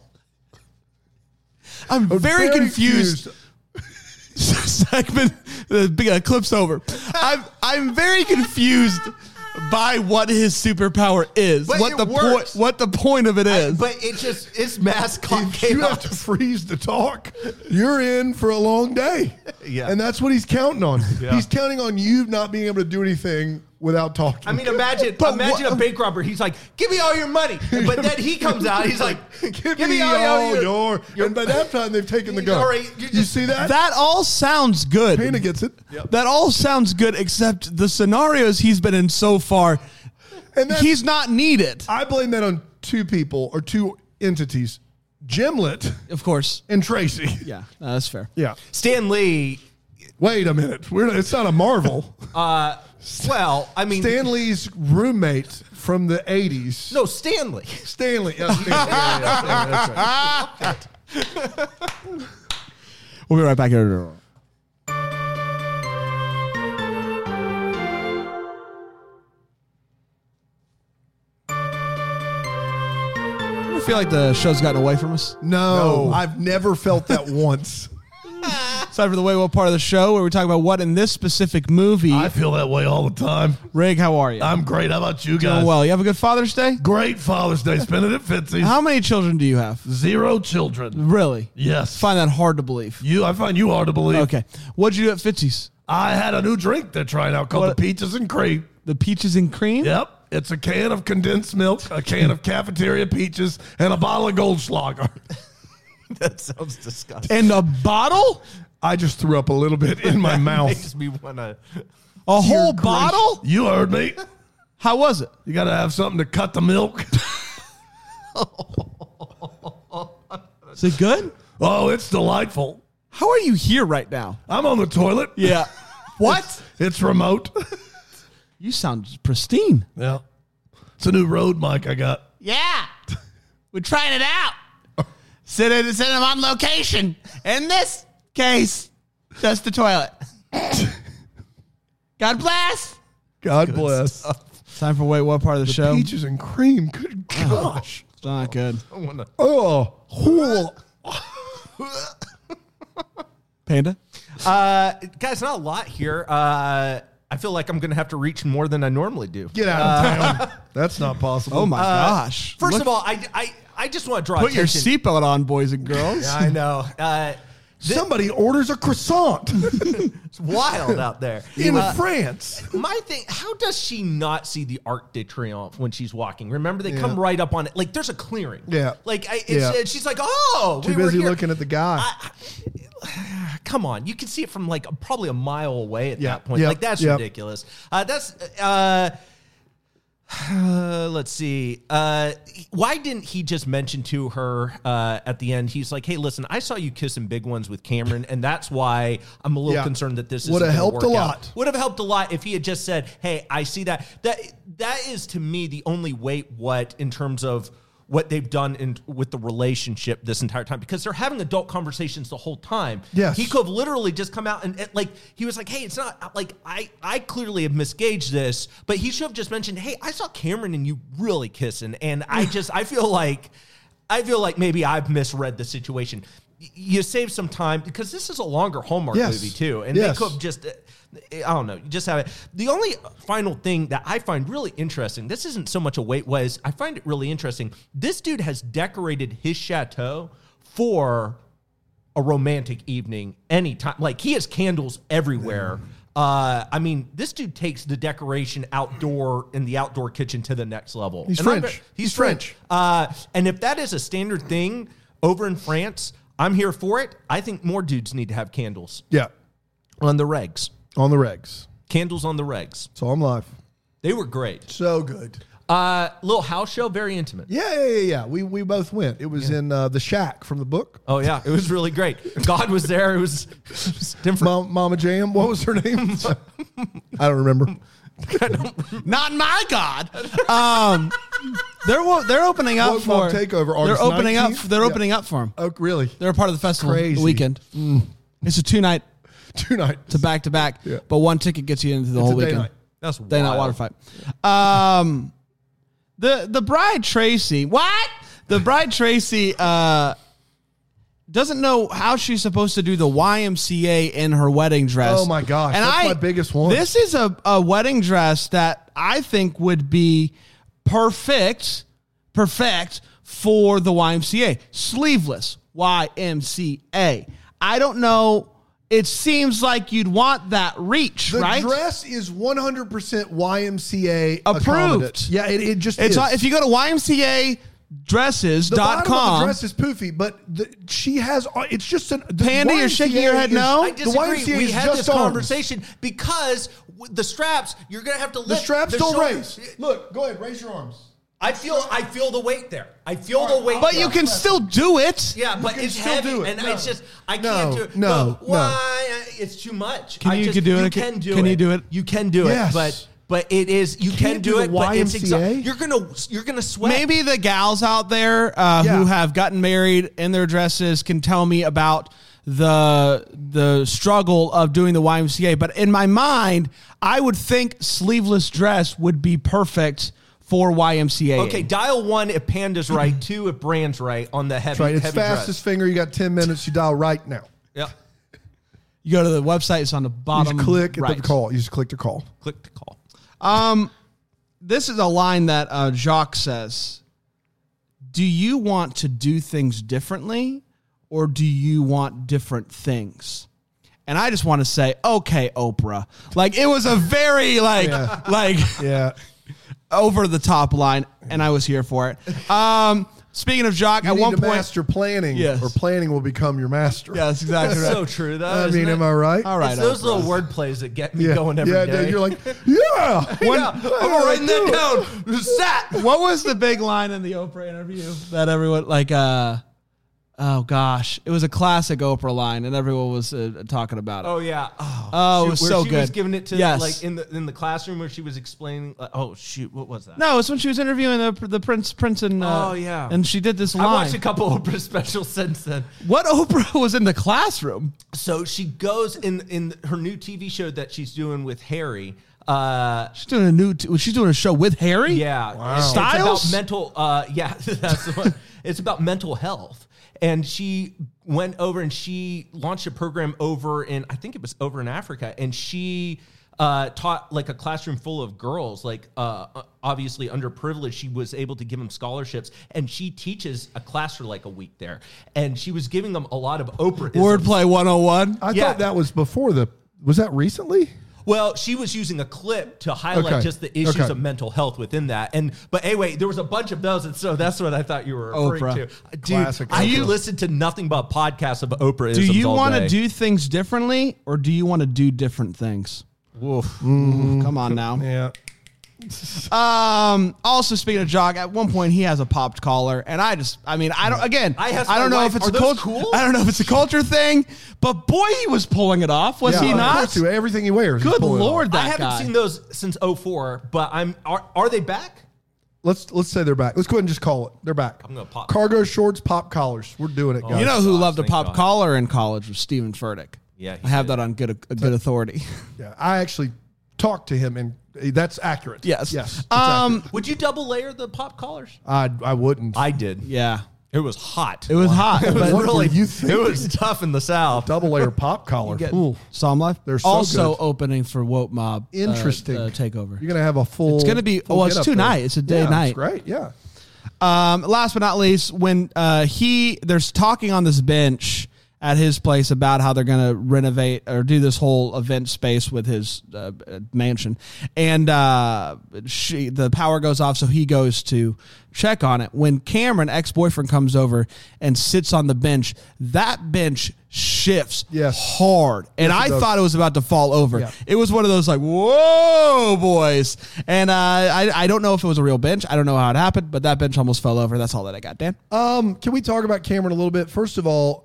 I'm very, confused. Segment. The big uh, clip's over. I'm I'm very confused by what his superpower is.
But
what
it
the
works.
point? What the point of it is?
But it just it's mascot
If you have
chaos.
to freeze the talk, you're in for a long day.
Yeah.
And that's what he's counting on. He's counting on you not being able to do anything without talking.
I mean, imagine
But
imagine
what-
a bank robber. He's like, "Give me all your money," but then he comes out. He's like,
give, me all, your, And by that time, they've taken the gun.
All right, you
you,
just-
see that?
That all sounds good.
Pena gets it.
That all sounds good, except the scenarios he's been in so far,
And that's-
he's not needed.
I blame that on two people or two entities, Gimlet
Of course.
and Tracy.
Yeah, no, that's fair.
Yeah.
Stan Lee.
Wait a minute. We're, it's not a Marvel.
uh, Well, I mean,
Stanley's roommate from the 80s.
no, Stanley.
Stanley. Yeah, Stanley. Yeah, yeah, Stanley, that's right.
We'll be right back here. I feel like the show's gotten away from us.
No, I've never felt that once.
It's time for the way what part of the show where we talk about what in this specific movie.
feel that way all the time.
Rig, how are you?
I'm great. How about you
Doing well. You have a good Father's Day?
Great Father's Day. Spent it at Fitzy's.
How many children do you have?
Zero children.
Really?
Yes.
Find that hard to believe.
You, I find you hard to believe.
Okay. What'd you do at Fitzy's?
I had a new drink they're trying out called
What-
the Peaches and Cream.
The peaches and cream?
Yep. It's a can of condensed milk, a can of cafeteria peaches, and a bottle of Goldschlager.
That sounds disgusting.
And a bottle?
I just threw up a little bit in my mouth.
Makes me wanna.
A whole bottle?
You heard me.
How was it?
You got to have something to cut the milk.
Is it good?
Oh, it's delightful.
How are you here right now?
I'm on the toilet.
Yeah. what?
It's remote.
You sound pristine.
yeah. It's a new road mic I got.
Yeah. We're trying it out. Send it, send them on location. In this case, just the toilet. God bless.
God bless.
Time for wait, what part of the, show?
Peaches and cream. Good gosh.
It's not good.
Oh, cool.
Panda?
Uh, guys, not a lot here. Uh, I feel like I'm gonna have to reach more than I normally do.
Get out of town. That's not possible.
Oh my
Uh,
gosh.
First
Look-
of all, I I I just want to draw
put your
attention.
seatbelt on, boys and girls.
I know. Uh,
Somebody orders a croissant
It's wild out there.
in
Uh,
France.
my thing, how does she not see the Arc de Triomphe when she's walking? Remember, they come right up on it. Like, there's a clearing.
Yeah.
Like, I, it's,
Yeah.
and she's like, oh,
Too
we were
busy
here."
looking at the guy.
I- I- come on, you can see it from like probably a mile away at
Yeah,
that point.
yeah,
Like, that's
yeah.
ridiculous. Uh, that's. Uh, uh, let's see. Uh, why didn't he just mention to her uh, at the end? He's like, "Hey, listen, I saw you kissing big ones with Cameron, and that's why I'm a little
Yeah.
concerned that this
Would've
isn't gonna
helped
work
a
out."
lot.
Would have helped a lot if he had just said, "Hey, I see that." That that is to me the only weight what in terms of what they've done in with the relationship this entire time because they're having adult conversations the whole time.
Yes.
He could have literally just come out and, and, like he was like, "Hey, it's not like I I clearly have misgauged this," but he should have just mentioned, "Hey, I saw Cameron and you really kissing," and I just I feel like I feel like maybe I've misread the situation. Y- You save some time because this is a longer Hallmark
Yes.
movie too, and
Yes.
they could have just uh, I don't know, you just have it. The only final thing that I find really interesting, this isn't so much a weight was, I find it really interesting. This dude has decorated his chateau for a romantic evening anytime. Like he has candles everywhere.
Mm.
Uh, I mean, this dude takes the decoration outdoor in the outdoor kitchen to the next level.
He's
And I'm-
French.
He's,
He's
French.
French.
Uh, and if that is a standard thing over in France, I'm here for it. I think more dudes need to have candles
yeah.
on the regs.
On the regs.
Candles on the regs.
So I'm live.
They were great.
So good.
Uh, little house show, very intimate.
Yeah, yeah, yeah, yeah. We we both went. It was in uh, the shack from the book.
Oh yeah, it was really great. God was there. It was, it was different.
Mom, Mama Jam, what was her name? I don't remember.
Not my God. Um, they're wo- they're opening up
Woke
for
Mob Takeover, August
They're opening up.
19th?
They're
Yeah.
opening up for him.
Oh, really?
They're a part of the festival the
Crazy.
weekend. It's a two night
Two nights.
to back to back,
Yeah.
but one ticket gets you into the whole
a day
weekend.
night.
That's
Day night
wild.
water fight. Um, the the bride Tracy. What the bride Tracy uh, doesn't know how she's supposed to do the YMCA in her wedding dress.
Oh my gosh, that's my biggest one.
This is a, a wedding dress that I think would be perfect, perfect for the YMCA. Sleeveless YMCA. I don't know. It seems like you'd want that reach,
The
right?
dress is 100% YMCA
Approved.
accommodate. Yeah, it, it just
It's
is.
on, if you go to
the bottom of the
ymcadresses.com,
dress is poofy, but the, she has. uh, It's just an. the
Panda, you're
YMCA
shaking your head
is-
no?
I disagree.
The YMCA
We
is
had
just
this
arms.
conversation because w- the straps you're gonna have to lift
The straps
the
don't
shoulders.
raise. Look, go ahead, raise your arms.
I feel I feel the weight there. I feel the weight.
but
there.
you can still do it.
Yeah, but
can
it's
still
heavy,
do it.
and
No.
it's just I
No,
can't do it.
no,
But
no.
why? It's too much.
Can
I
you
just-
could do it?
Can do
Can
it.
you do it?
You can do
Yes.
it. But but it is you can
you
do,
do
it.
the
But it's
YMCA?
exhausting. You're gonna you're gonna sweat.
Maybe the gals out there uh,
Yeah.
who have gotten married in their dresses can tell me about the the struggle of doing the YMCA. But in my mind, I would think sleeveless dress would be perfect for YMCA.
Okay, dial one if Panda's right, two if Brand's right on the heavy.
Right, it's
heavy
fastest
dress.
finger. You got 10 minutes. You dial right now.
Yeah,
you go to the website; it's on the
You
bottom.
just click
right.
the call. You just click the call.
click to call.
This is a line that uh, Jacques says. Do you want to do things differently, or do you want different things? And I just want to say, okay, Oprah. Like it was a very like
Yeah.
like
Yeah.
over the top line, and I was here for it. Um, speaking of Jacques,
You
at
need
one
to
point,
master planning,
Yes.
or planning will become your master.
yeah, that's exactly right.
So true though.
I
isn't
mean,
it?
am I right?
All right,
It's those
Oprah.
little word plays that get me
Yeah.
going every day.
yeah, dude, you're like, yeah.
When-
yeah, I'm writing that down. Sat.
what was the big line in the Oprah interview that everyone like? uh Oh gosh, it was a classic Oprah line, and everyone was uh, talking about it.
Oh yeah. Oh,
Oh, it
shoot,
was
where
so
she
good.
was giving it to
Yes.
like in the in the classroom where she was explaining. like, oh shoot, what was that?
No, it's when she was interviewing the the prince, prince, and uh,
Oh, yeah.
and she did this line.
I watched a couple Oprah specials since then.
what Oprah was in the classroom?
So she goes in in her new TV show that she's doing with Harry. Uh,
She's doing a new. T- she's doing a show with Harry.
yeah, it's
Styles?
about mental. Uh, yeah, that's the one. It's about mental health, and she went over and she launched a program over in I think it was over in Africa, and she. uh, taught like a classroom full of girls, like uh, obviously underprivileged. She was able to give them scholarships, and she teaches a class for like a week there, and she was giving them a lot of Oprah.
Wordplay 101.
I
Yeah.
thought that was before the. Was that recently?
Well, she was using a clip to highlight
Okay.
just the issues
Okay.
of mental health within that. And but anyway, there was a bunch of those, and so that's what I thought you were referring
Oprah.
to. Dude,
Classic
I
Oprah.
could listen to nothing but podcasts of Oprah.
Do you
want to
do things differently or do you want to do different things? Woof. Come on now.
Yeah.
Um, also speaking of Jock, at one point he has a popped collar, and I just, I mean, I don't. Again,
I asked
I don't
my
know
wife,
if it's
"Are
a
those
culture.
cool?"
I don't know if it's a culture thing, but boy, he was pulling it off. Was
Yeah,
he
of
not?
course he- everything he wears. he's
Good
pulling it off.
lord, that
I haven't
guy.
seen those since 04, but I'm are, are they back?
Let's let's say they're back. Let's go ahead and just call it. They're back.
I'm gonna pop-
cargo shorts, pop collars. We're doing it, guys.
Oh. you know who loved a
thank
pop
God.
collar in college was Stephen Furtick.
Yeah, he
I have
did.
that on good a good authority.
Yeah, I actually talked to him, and eh, that's accurate.
yes,
yes. that's
Um,
Would you double layer the pop collars?
accurate. I I wouldn't.
I did.
yeah,
It was hot.
it was hot.
was
but
wonderful.
really
You
it was tough in the south.
double layer pop collar.
get-
Ooh,
saw him live.
They're so
also
good.
opening for Woke Mob. uh,
interesting.
uh, takeover.
You're gonna have a full.
It's gonna be-
full
well, it's
getup
two
there.
night. It's a day
Yeah, it's
night.
great. Yeah.
Um, last but not least, when uh, he there's talking on this bench at his place about how they're going to renovate or do this whole event space with his uh, mansion, and uh, she the power goes off, so he goes to check on it. When Cameron ex boyfriend comes over and sits on the bench, that bench shifts
Yes.
hard, and I
does.
thought it was about to fall over.
Yeah.
It was one of those like, whoa, boys. And uh, I, I don't know if it was a real bench. I don't know how it happened, but that bench almost fell over. That's all that I got, Dan.
Um, can we talk about Cameron a little bit? First of all,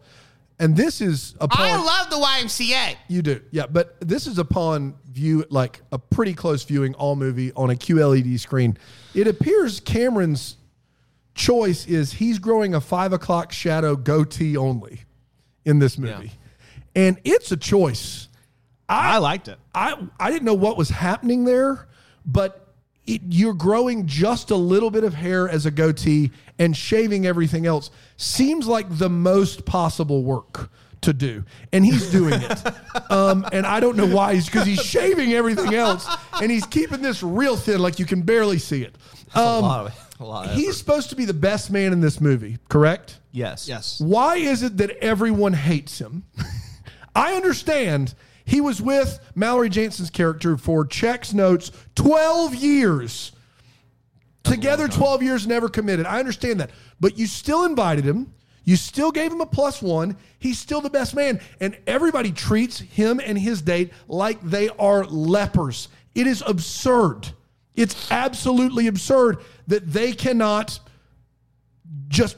and this is upon
I love the YMCA.
you do, yeah. But this is upon view, like a pretty close viewing all movie on a QLED screen. It appears Cameron's choice is he's growing a five o'clock shadow goatee only in this movie, and it's a choice.
I liked it.
I I didn't know what was happening there, but it, you're growing just a little bit of hair as a goatee and shaving everything else seems like the most possible work to do, and he's doing it. um, and I don't know why he's because he's shaving everything else and he's keeping this real thin, like you can barely see it.
a
Um,
lot of, Oh, a lot of
he's supposed to be the best man in this movie, correct?
yes.
Yes.
Why is it that everyone hates him? I understand he was with Mallory Jansen's character for checks notes 12 years. Together 12 years never committed. I understand that. But you still invited him. You still gave him a plus 1. He's still the best man and everybody treats him and his date like they are lepers. It is absurd. It's absolutely absurd that they cannot just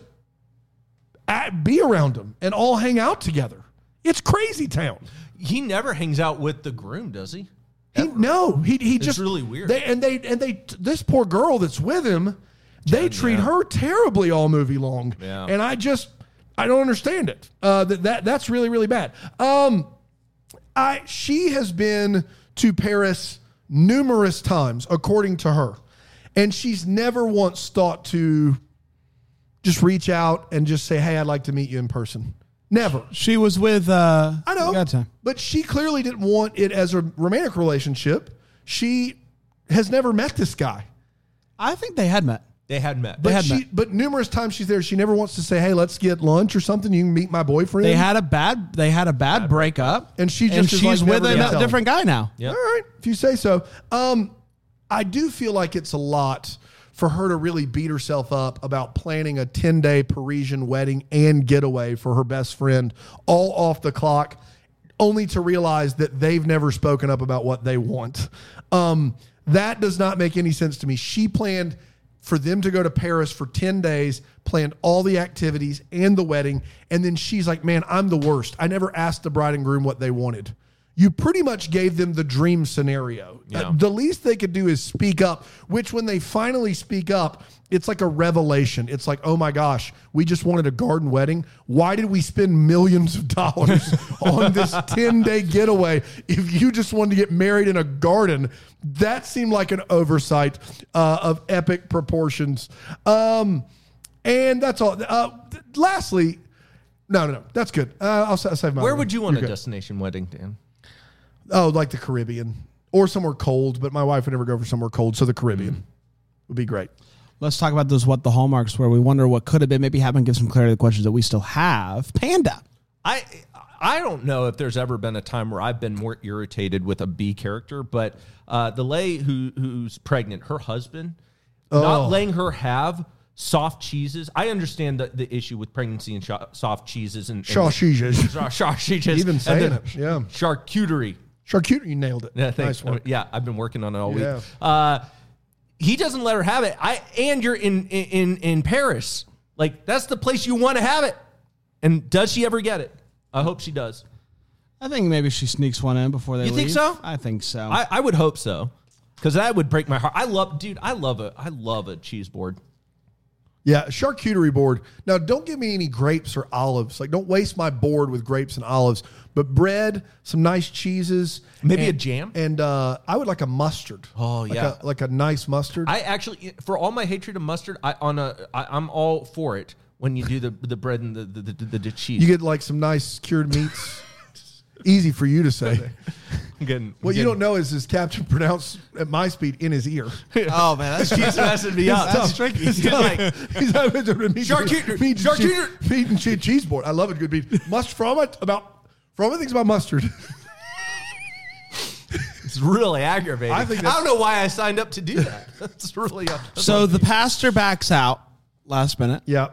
at, be around them and all hang out together. It's crazy town.
He never hangs out with the groom, does he?
He, no, he he just
really weird.
They and they and they this poor girl that's with him, they treat her terribly all movie long.
Yeah.
And I just I don't understand it. Uh, that, that that's really really bad. Um, I she has been to Paris numerous times, according to her, and she's never once thought to just reach out and just say, "Hey, I'd like to meet you in person." Never.
She was with. Uh,
I know.
Got time.
But she clearly didn't want it as a romantic relationship. She has never met this guy.
I think they had met.
They had met.
But
had
she
met.
but numerous times she's there, she never wants to say, Hey, let's get lunch or something. You can meet my boyfriend.
They had a bad. They had a bad, breakup,
And she just is
she's
like,
with
never gonna
a
tell
different guy now.
Yeah.
All right, if you say so. Um, I do feel like it's a lot for her to really beat herself up about planning a 10 day Parisian wedding and getaway for her best friend all off the clock, only to realize that they've never spoken up about what they want. Um, that does not make any sense to me. She planned for them to go to Paris for 10 days, planned all the activities and the wedding. And then she's like, man, I'm the worst. I never asked the bride and groom what they wanted. You pretty much gave them the dream scenario. Uh, the least they could do is speak up, which when they finally speak up, it's like a revelation. It's like, oh my gosh, we just wanted a garden wedding. Why did we spend millions of dollars on this 10 day getaway if you just wanted to get married in a garden? That seemed like an oversight uh, of epic proportions. Um, and that's all. Uh, th- lastly, no, no, no. That's good. Uh, I'll, s- I'll save my.
Where would you want a destination wedding, Dan?
Oh, like the Caribbean or somewhere cold. But my wife would never go for somewhere cold, so the
Mm.
Caribbean would be great.
Let's talk about those what the hallmarks were. We wonder what could have been. Maybe have and give some clarity to the questions that we still have. Panda.
I I don't know if there's ever been a time where I've been more irritated with a B character, but uh, the lay who who's pregnant, her husband,
Oh.
not letting her have soft cheeses. I understand the, the issue with pregnancy and sho- soft cheeses and, and
Shawsheesh.
Char- Charcuterie.
Even
And
saying
the-
it, yeah.
Charcuterie.
Charcuterie, you nailed it.
Yeah, thanks.
Nice one.
Yeah, I've been working on it all
Yeah.
week. Uh, he doesn't let her have it. I and you're in in in Paris. Like that's the place you want to have it. And does she ever get it? I hope she does.
I think maybe she sneaks one in before they
You
leave.
think so?
I think so.
I, I would hope so, because that would break my heart. I love, dude. I love a I love a cheese board.
Yeah, charcuterie board. Now, don't give me any grapes or olives. Like, don't waste my board with grapes and olives. But bread, some nice cheeses,
Maybe a
and-
jam?
and uh, I would like a mustard.
Oh,
Like
yeah.
a- like a nice mustard.
I actually, for all my hatred of mustard, I on a I, I'm all for it when you do the the bread and the the, the, the, the cheese.
you get like some nice cured meats. Easy for you to say.
I'm getting,
What you don't know is his captain pronounced at my speed in his ear.
Oh man, that's
He's messing me up.
That's
tricky.
He's having to meat
Charcuterie.
meat and cheese-
Charcuterie.
meat and cheese, cheese board. I love it. Good meat. Must from it about from it things about mustard.
It's really aggravating. I,
I think
don't
that's-
know why I signed up to do that. It's really uh,
so the pastor backs out last minute.
yeah.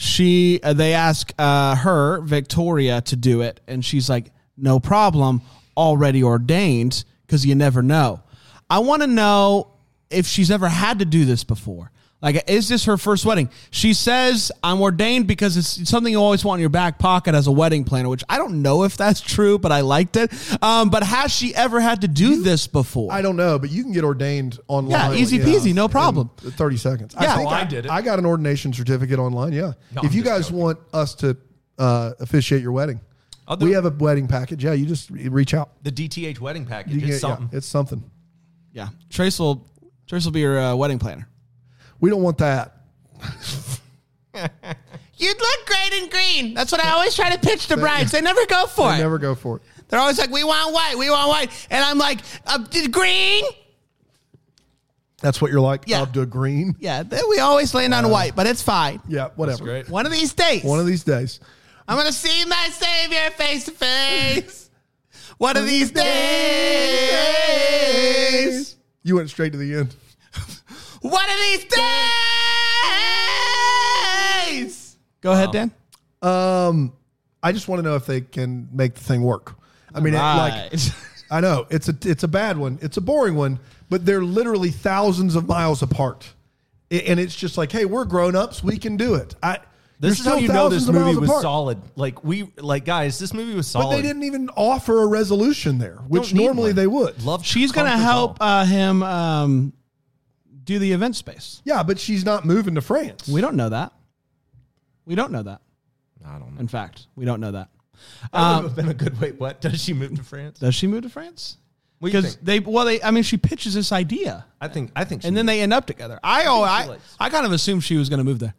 She uh, they ask uh, her Victoria to do it, and she's like, "No problem, already ordained." Because you never know. I want to know if she's ever had to do this before. Like, is this her first wedding? She says, "I'm ordained because it's something you always want in your back pocket as a wedding planner." Which I don't know if that's true, but I liked it. Um, but has she ever had to do this before?
I don't know, but you can get ordained online.
Yeah, easy
you
peasy, no
in
problem.
Thirty seconds.
Yeah.
think
Oh, I did it.
I got an ordination certificate online. Yeah.
No, I'm
if you
just
guys
joking.
want us to uh, officiate your wedding,
I'll do
we
it.
have a wedding package. Yeah, you just reach out.
the DTH wedding package.
You
is
can- yeah,
something.
it's something.
Yeah, Trace will Trace will be your uh, wedding planner.
We don't want that.
You'd look great in green. That's what I always try to pitch to brides. They never go for it.
Never go for it.
They're always like, "We want white. We want white." And I'm like, uh, d- "Green."
That's what you're like.
Yeah.
Up to green.
Yeah, th- we always land on white, but it's fine.
Yeah, whatever.
great.
One of these days,
One of these days.
I'm gonna see my savior face to face. One of these days.
You went straight to the end.
One of these days.
Go ahead, Dan.
Um, I just want to know if they can make the thing work. I mean, it- like
Right.
I know it's a it's a bad one. It's a boring one, but they're literally thousands of miles apart, I- and it's just like, hey, we're grown ups. We can do it. I.
This is
you're
how
still
you know this
thousands
movie
of miles
was
apart.
solid. Like we, like guys, this movie was solid.
But they didn't even offer a resolution there, which normally they would.
Love.
She's gonna
conquers
help
all.
uh, him um, do the event space.
Yeah, but she's not moving to France.
We don't know that. We don't know that.
I don't know.
In fact, we don't know that.
That
um,
would have been a good way. What does she move to France?
Does she move to France?
What do you
Because
think?
they, well, they, I mean, she pitches this idea,
I think. I think. She
and then
moved.
they end up together. I, oh,
think she
I,
likes-
I kind of assumed she was gonna move there.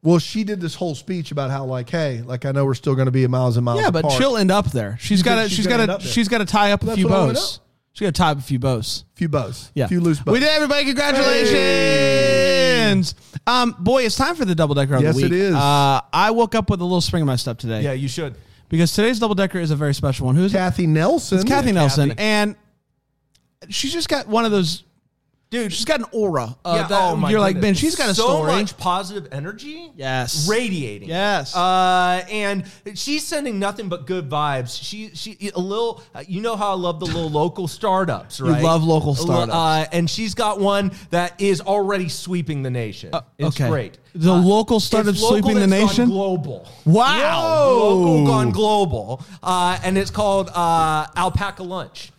Well, she did this whole speech about how, like, hey, like I know we're still going to be miles and miles.
Yeah, but
apart.
she'll end up there. She's got to,
she's
she's
gonna
got
end up
to,
there?
she's got to tie up a
That's
few
what I wanna
bows.
know.
She got to tie up a few bows.
few bows.
Yeah.
few loose bows.
We did everybody. Congratulations. Um, boy, it's time for the double decker of
Yes,
the week.
it is.
Uh, I woke up with a little spring in my step today.
Yeah, you should.
Because today's double decker is a very special one. Who's
Kathy Nelson.
It's Kathy Nelson.
Kathy.
And she's just got one of those dude, she's got an aura. Of
yeah,
Uh, that,
oh my
you're like,
goodness.
Ben, she's got a
so
story.
much positive energy.
Yes.
radiating.
Yes.
uh, and she's sending nothing but good vibes. She she a little. uh, you know how I love the little local startups, right?
love local startups.
Uh, and she's got one that is already sweeping the nation. it's
Uh, okay.
great. Uh,
The local startup
It's local
sweeping the
and it's
nation?
Gone global.
Wow.
Local gone global. Uh, and it's called uh, Alpaca Lunch.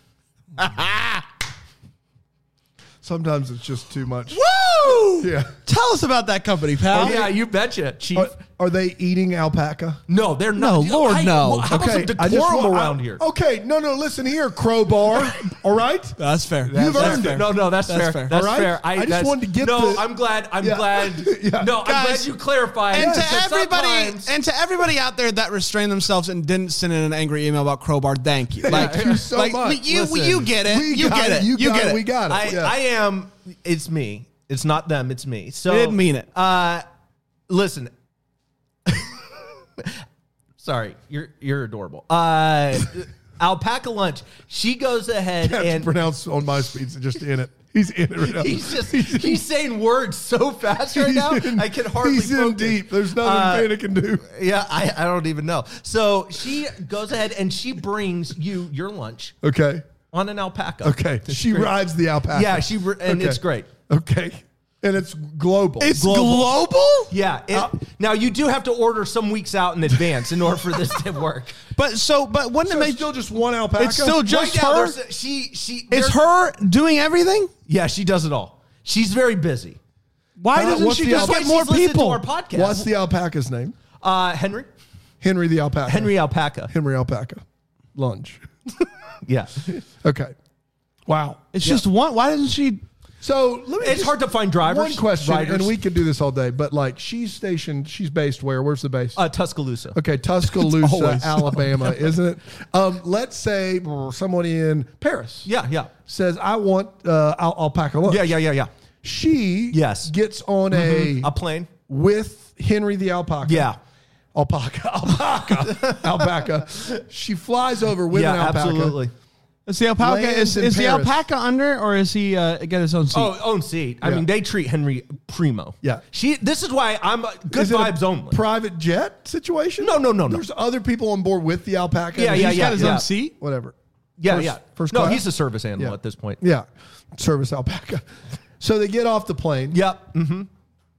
Sometimes it's just too much.
Woo!
Yeah.
Tell us about that company, pal.
Oh, yeah, you betcha, Chief.
Are, Are they eating alpaca?
No, they're not.
No, Lord, no.
How about some
I just Oh,
decorum
wa- I-
around here?
Okay, no, no, listen here, crowbar. all right,
That's fair.
You've
That's
earned
fair.
it.
No, no, that's,
That's
fair.
fair.
That's
All right?
fair.
I just
that's-
wanted to get
No,
the-
I'm glad. I'm
Yeah.
glad.
Yeah.
No, I'm glad
Guys,
you clarified.
And
because
to everybody,
sometimes-
and to everybody out there that restrained themselves and didn't send in an angry email about crowbar, thank you. Like,
you so
like,
much.
we- you,
Listen,
you get it.
we
you
got
get it.
You,
You,
got
get it.
We got it.
I,
Yeah.
I am. It's me. It's not them. It's me. So
We didn't mean it.
Uh, listen. Sorry, you're you're adorable. Uh, alpaca lunch. She goes ahead
That's
and
pronounced on my speeds. Just in it. He's in it right now.
he's just he's saying words so fast right now.
in-
I can hardly.
He's in
focus.
deep. There's nothing
Uh,
Vanna can do.
Yeah, I, I don't even know. So she goes ahead and she brings you your lunch
Okay.
on an alpaca.
Okay. she
great.
rides the alpaca.
Yeah, she re- and it's great.
Okay. And it's global.
It's global.
Yeah. it-
Uh,
now you do have to order some weeks out in advance in order for this to work.
But so, but wouldn't
So
it
it's
make
still just one alpaca.
It's still just
now,
her.
there's a- she she.
It's
there-
her doing everything.
Yeah, she does it all. She's very busy.
Why
Huh?
doesn't
What's
she
the
just
other-
get
She's
more
listened To
people?
our podcast.
What's the alpaca's name?
uh, Henry?
Henry the alpaca.
Henry Alpaca.
Henry alpaca. Lunge.
Yeah.
Okay. Wow.
It's just one. Why doesn't she?
So let me
It's
just-
hard to find drivers.
One question,
riders.
and we can do this all day, but like she's stationed, she's based where? Where's the base?
uh, Tuscaloosa.
Okay, Tuscaloosa,
always
Alabama, isn't it? Um, let's say someone in Paris
Yeah, yeah,
says, "I want uh, al- alpaca lunch."
yeah, yeah, yeah, yeah.
She
Yes.
gets on a
A plane.
with Henry the alpaca.
Yeah.
alpaca, alpaca, alpaca. She flies over with
yeah,
an alpaca.
absolutely.
Is the alpaca?
Lands
Is,
in
is the
Paris.
alpaca under, or is he uh, get his own seat?
Oh, own seat. I
Yeah.
mean, they treat Henry primo.
Yeah.
She. This is why I'm uh, good
Is it a
vibes only.
Private jet situation?
No, Oh, no, no, no.
There's other people on board with the alpaca.
Yeah,
and
yeah,
he's
yeah,
got his
yeah.
own seat. Whatever.
yeah,
first-
yeah.
first
no,
class?
he's a service animal
Yeah.
at this point.
Yeah. Service alpaca. So they get off the plane.
Yep. hmm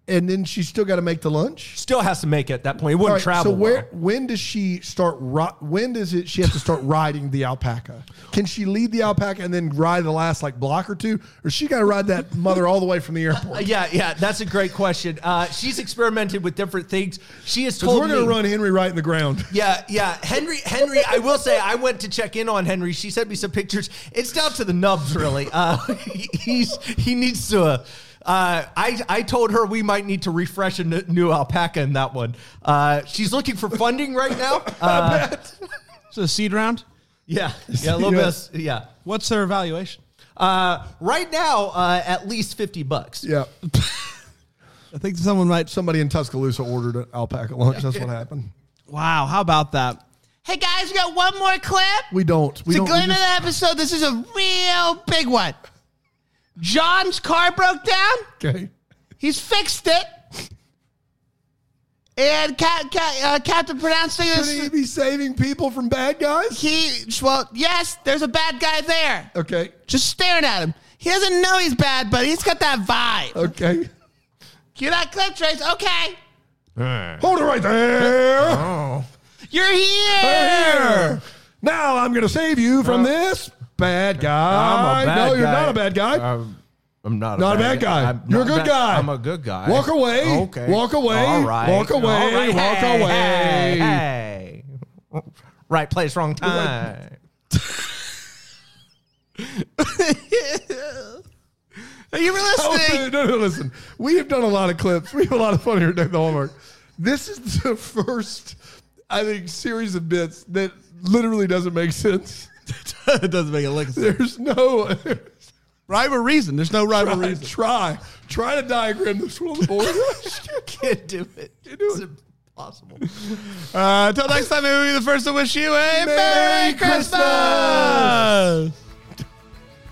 And then she's still got to make the lunch.
Still has to make it at that point. It wouldn't
All right,
travel.
so where
well.
when does she start ri- when does it she have to start riding the alpaca? Can she lead the alpaca and then ride the last like block or two? Or she gotta ride that mother all the way from the
Uh,
airport?
Yeah, yeah, that's a great question. Uh, she's experimented with different things. She has
Because
told
we're gonna
me-
run Henry right in the ground.
Yeah, yeah, Henry, Henry. I will say, I went to check in on Henry. She sent me some pictures. It's down to the nubs, really. Uh, he- he's he needs to. Uh, uh, I I told her we might need to refresh a n- new alpaca in that one. Uh, she's looking for funding right now. Uh,
so the seed round.
yeah, yeah, a little bit. Yeah,
What's their evaluation?
uh, right now, uh, at least fifty bucks.
Yeah.
I think someone might.
Somebody in Tuscaloosa ordered an alpaca lunch. That's what happened.
Wow, how about that?
Hey guys, we got one more clip.
We don't. We
to
don't.
go
we
into
just-
the episode, this is a real big one. John's car broke down.
Okay.
He's fixed it. And Cap, Cap, uh, Captain pronounced
Should he
this.
be saving people from bad guys?
He, well, yes, there's a bad guy there.
Okay.
Just staring at him. He doesn't know he's bad, but he's got that vibe.
Uh,
Okay.
Cue that clip, Trace. Okay.
Hold it right
Oh.
there.
You're here.
There. Now I'm going to save you from this bad guy.
Oh. I'm a bad
no, you're
guy. Oh.
not a bad guy.
I'm, I'm not
Not a bad guy.
I'm
You're a
not
good guy.
I'm a good guy.
Walk away. Walk away.
All right.
Walk away.
All right.
Walk
Hey,
away.
Hey, hey. Right place, wrong time.
Are you
Oh,
listening?
no, no, listen. We have done a lot of clips. We have a lot of fun here at Deck the Hallmark. This is the first, I think, series of bits that literally doesn't make sense.
it doesn't make a lick of sense.
There's no
Rhyme or reason. There's no rhyme or
try,
reason.
try try to diagram this one on the board.
you can't do it. It's impossible.
Uh, until next time, maybe we'll be the first to wish you a Merry,
Christmas!